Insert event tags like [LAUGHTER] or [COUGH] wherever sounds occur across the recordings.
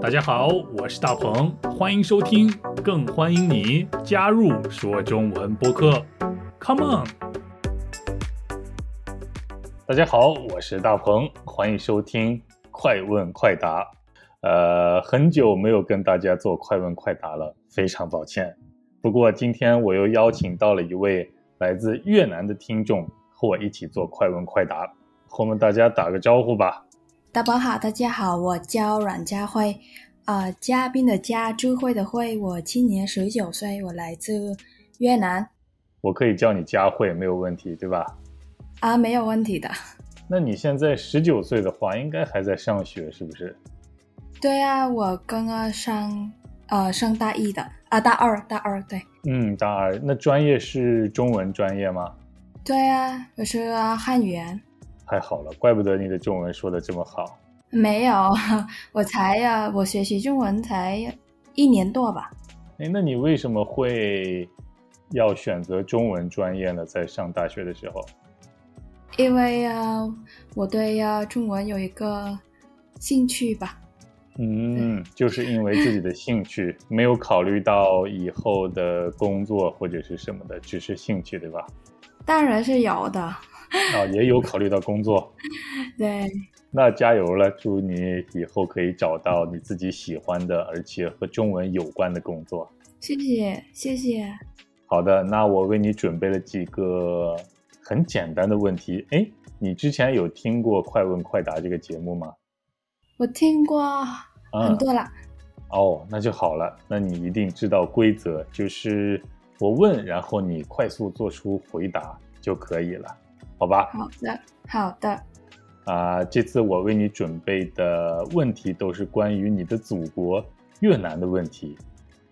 大家好，我是大鹏，欢迎收听，更欢迎你加入说中文播客，Come on！大家好，我是大鹏，欢迎收听快问快答。呃，很久没有跟大家做快问快答了，非常抱歉。不过今天我又邀请到了一位来自越南的听众和我一起做快问快答，和我们大家打个招呼吧。大宝好，大家好，我叫阮家辉，呃，嘉宾的嘉，智慧的慧，我今年十九岁，我来自越南我可以叫你佳慧，没有问题，对吧？啊，没有问题的。那你现在十九岁的话，应该还在上学，是不是？对啊，我刚刚上呃上大一的啊，大二大二对嗯，大二。那专业是中文专业吗？对啊，我是、啊汉语言，太好了，怪不得你的中文说的这么好。没有， [LAUGHS] 我才啊，我学习中文才一年多吧。哎，那你为什么会要选择中文专业呢？在上大学的时候，因为啊，我对呀、中文有一个兴趣吧。嗯，就是因为自己的兴趣，没有考虑到以后的工作或者是什么的，只是兴趣，对吧？当然是有的，啊，也有考虑到工作。对，那加油了，祝你以后可以找到你自己喜欢的，而且和中文有关的工作。谢谢谢谢，好的，那我为你准备了几个很简单的问题。哎，你之前有听过《快问快答》这个节目吗？我听过啊、很多了。哦，那就好了，那你一定知道规则，就是我问，然后你快速做出回答就可以了，好吧？好的，好的，啊、这次我为你准备的问题都是关于你的祖国越南的问题，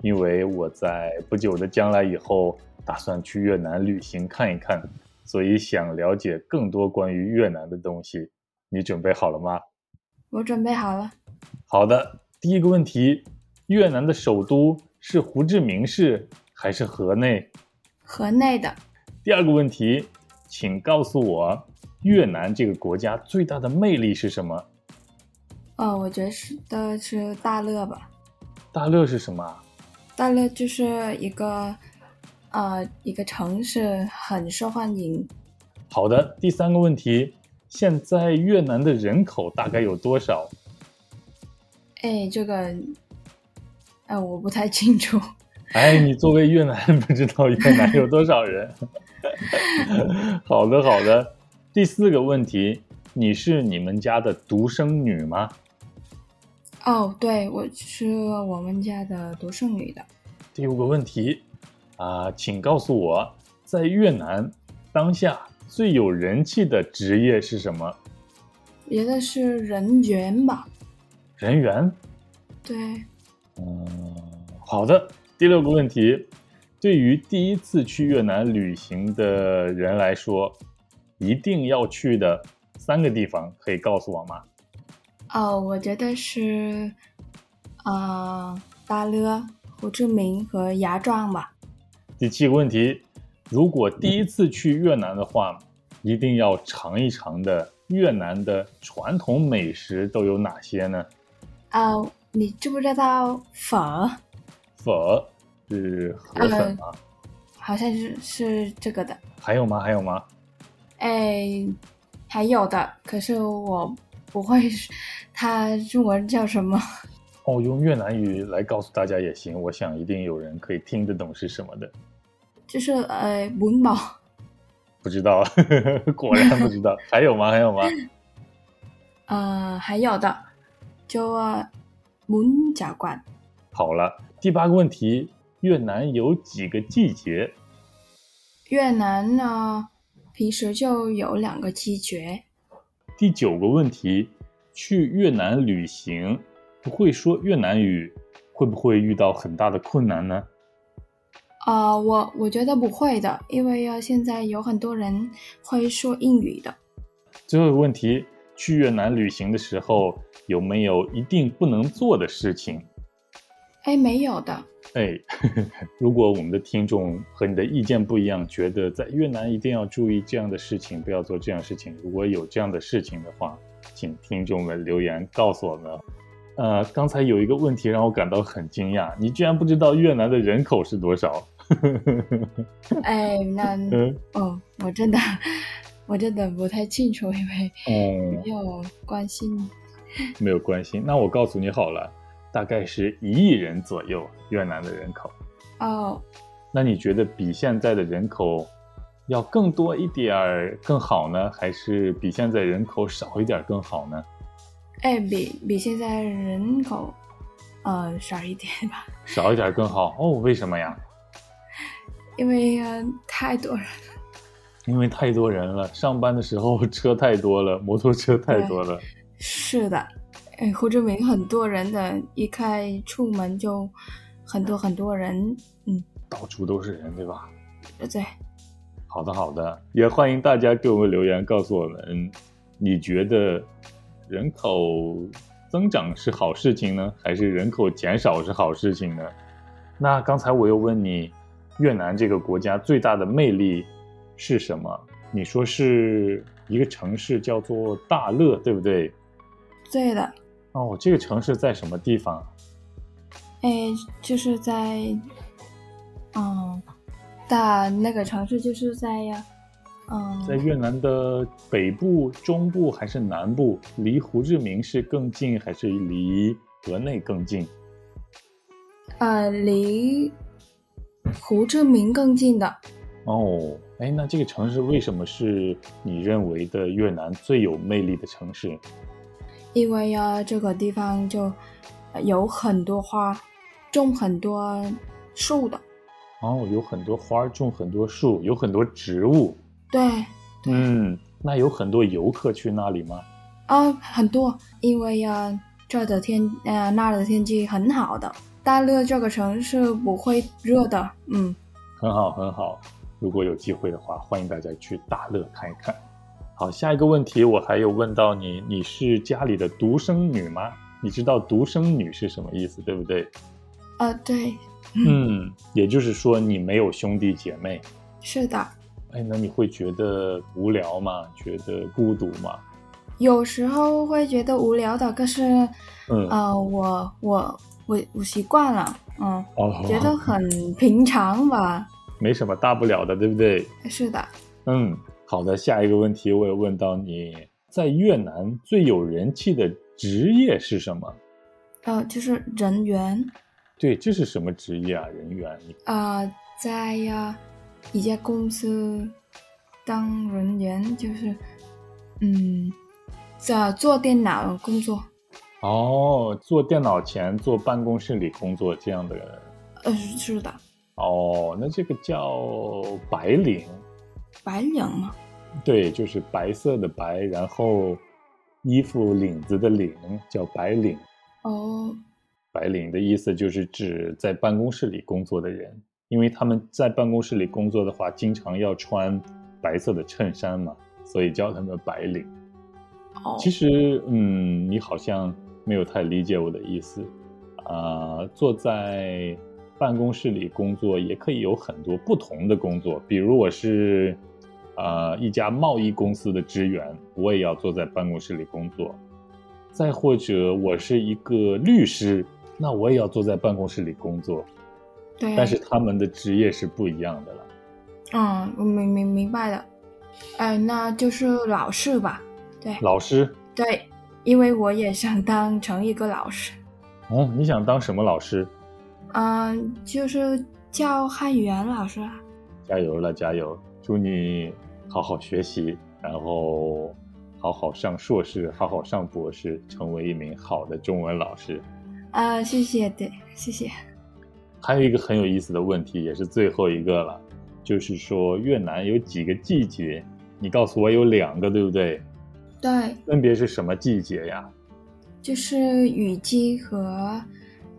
因为我在不久的将来以后打算去越南旅行看一看，所以想了解更多关于越南的东西。你准备好了吗？我准备好了。好的，第一个问题，越南的首都是胡志明市还是河内？河内的第二个问题，请告诉我，越南这个国家最大的魅力是什么？哦，我觉得是的是大乐吧，大乐是什么啊？大乐就是一个呃一个城市，很受欢迎。好的，第三个问题，现在越南的人口大概有多少？哎，这个呃我不太清楚，哎，你作为越南人，不知道越南有多少人？ [LAUGHS] 好的，好的。第四个问题，你是你们家的独生女吗？哦，对，我是我们家的独生女的。第五个问题，啊、请告诉我，在越南当下最有人气的职业是什么？觉得是人缘吧，人员？对，嗯，好的。第六个问题，对于第一次去越南旅行的人来说，一定要去的三个地方，可以告诉我吗？哦，我觉得是呃大乐、胡志明和芽庄吧。第七个问题，如果第一次去越南的话，一定要尝一尝的越南的传统美食都有哪些呢？啊，你知不知道粉儿粉是河粉吗？好像是是这个的？还有吗？还有吗？哎，还有的，可是我不会，它中文叫什么？哦，用越南语来告诉大家也行，我想一定有人可以听得懂是什么的。就是呃，文保不知道， [LAUGHS] 果然不知道。还有吗？还有吗？呃，还有的，就呃文甲馆好了，第八个问题，越南有几个季节？越南呢，平时就有两个季节，第九个问题，去越南旅行不会说越南语，会不会遇到很大的困难呢？啊，我我觉得不会的，因为呃现在有很多人会说英语的。最后一个问题，去越南旅行的时候有没有一定不能做的事情？哎，没有的，哎， [LAUGHS] 如果我们的听众和你的意见不一样，觉得在越南一定要注意这样的事情，不要做这样的事情。如果有这样的事情的话，请听众们留言告诉我们。呃，刚才有一个问题让我感到很惊讶，你居然不知道越南的人口是多少？哎，那嗯哦，我真的我真的不太清楚，因为嗯，没有关心。没有关系。那我告诉你好了，大概是一亿人左右，越南的人口。哦，那你觉得比现在的人口要更多一点儿更好呢，还是比现在人口少一点儿更好呢？哎，比比现在人口呃少一点吧，少一点儿更好哦？为什么呀？因为、呃、太多人。因为太多人了，上班的时候车太多了，摩托车太多了。是的，哎，胡志明很多人的，一开出门就很多很多人。嗯，到处都是人，对吧？对，好的，好的，也欢迎大家给我们留言，告诉我们你觉得人口增长是好事情呢，还是人口减少是好事情呢？那刚才我又问你，越南这个国家最大的魅力是什么？你说是一个城市叫做大乐，对不对？对的，哦，这个城市在什么地方？哎，就是在，嗯，大那个城市就是在呀，嗯，在越南的北部、中部还是南部？离胡志明市更近还是离河内更近？呃，离胡志明更近的，哦，哎，那这个城市为什么是你认为的越南最有魅力的城市？因为呀、这个地方就呃有很多花，种很多树的。哦，有很多花儿，种很多树，有很多植物。对，嗯，那有很多游客去那里吗？啊，很多，因为呀、这儿的天呃那儿的天气很好的，大乐这个城市不会热的，嗯，很好，很好。如果有机会的话，欢迎大家去大乐看一看。好，下一个问题我还有问到你，你是家里的独生女吗？你知道独生女是什么意思，对不对？呃，对，嗯，也就是说你没有兄弟姐妹。是的，哎，那你会觉得无聊吗？觉得孤独吗？有时候会觉得无聊的，可是，嗯，呃，我我我我习惯了，嗯，哦，觉得很平常吧，没什么大不了的，对不对？是的，嗯，好的，下一个问题我也问到你，在越南最有人气的职业是什么？呃，就是人员，对，这是什么职业啊？人员？你呃，在呀、一家公司当人员，就是嗯，在做电脑工作，哦，坐电脑前、坐办公室里工作这样的人。呃，是的，哦，那这个叫白领，白领嘛，对，就是白色的白，然后衣服领子的领，叫白领。哦，白领的意思就是指在办公室里工作的人，因为他们在办公室里工作的话，经常要穿白色的衬衫嘛，所以叫他们白领。哦，其实，嗯，你好像没有太理解我的意思。啊、坐在办公室里工作也可以有很多不同的工作，比如我是呃一家贸易公司的职员，我也要坐在办公室里工作；再或者我是一个律师，那我也要坐在办公室里工作。对，但是他们的职业是不一样的了。嗯，我明明明白了，哎、那就是老师吧，对老师，对，因为我也想当成一个老师，哦，你想当什么老师？嗯、就是教汉语言老师啊，加油了，加油！祝你好好学习，然后好好上硕士，好好上博士，成为一名好的中文老师。啊，谢谢，对，谢谢，还有一个很有意思的问题，也是最后一个了，就是说越南有几个季节？你告诉我有两个，对不对？对。分别是什么季节呀？就是雨季和啊、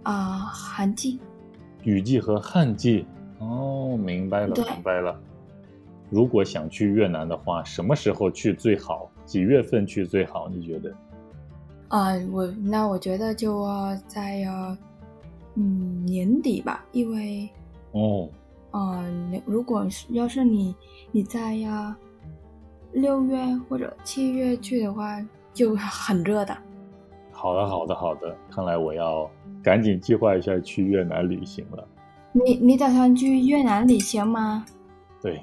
呃寒季。雨季和旱季。哦，明白了，对明白了。如果想去越南的话，什么时候去最好？几月份去最好？你觉得？啊、我那我觉得就、呃在呃嗯年底吧，因为哦，呃你如果是要是你你在呀六月或者七月去的话，就很热的。好的，好的，好的，看来我要赶紧计划一下去越南旅行了。你你打算去越南旅行吗？对，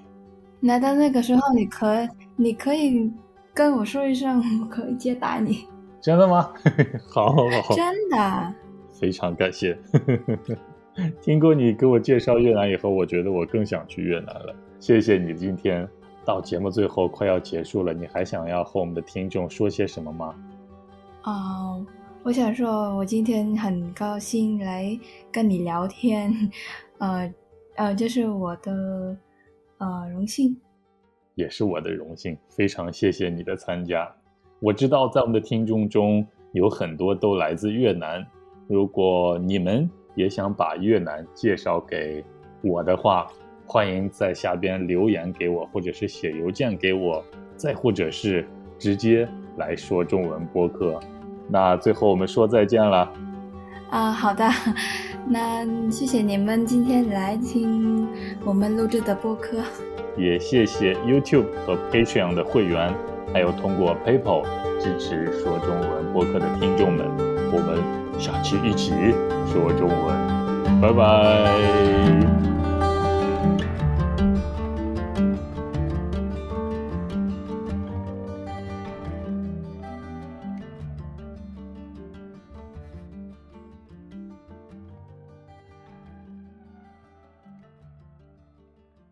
那到那个时候，你可你可以跟我说一声， [LAUGHS] 我可以接待你。真的吗？ [LAUGHS] 好，好，好，真的，非常感谢。 [LAUGHS] 经过你给我介绍越南以后，我觉得我更想去越南了。谢谢你今天到节目最后快要结束了，你还想要和我们的听众说些什么吗？哦，我想说，我今天很高兴来跟你聊天，呃呃，这是我的呃荣幸。也是我的荣幸，非常谢谢你的参加。我知道在我们的听众中有很多都来自越南，如果你们也想把越南介绍给我的话，欢迎在下边留言给我，或者是写邮件给我，再或者是直接来说中文播客。那最后我们说再见了，啊、好的，那谢谢你们今天来听我们录制的播客。也谢谢 YouTube 和 Patreon 的会员，还有通过 PayPal 支持说中文播客的听众们。我们下期一起说中文，拜拜。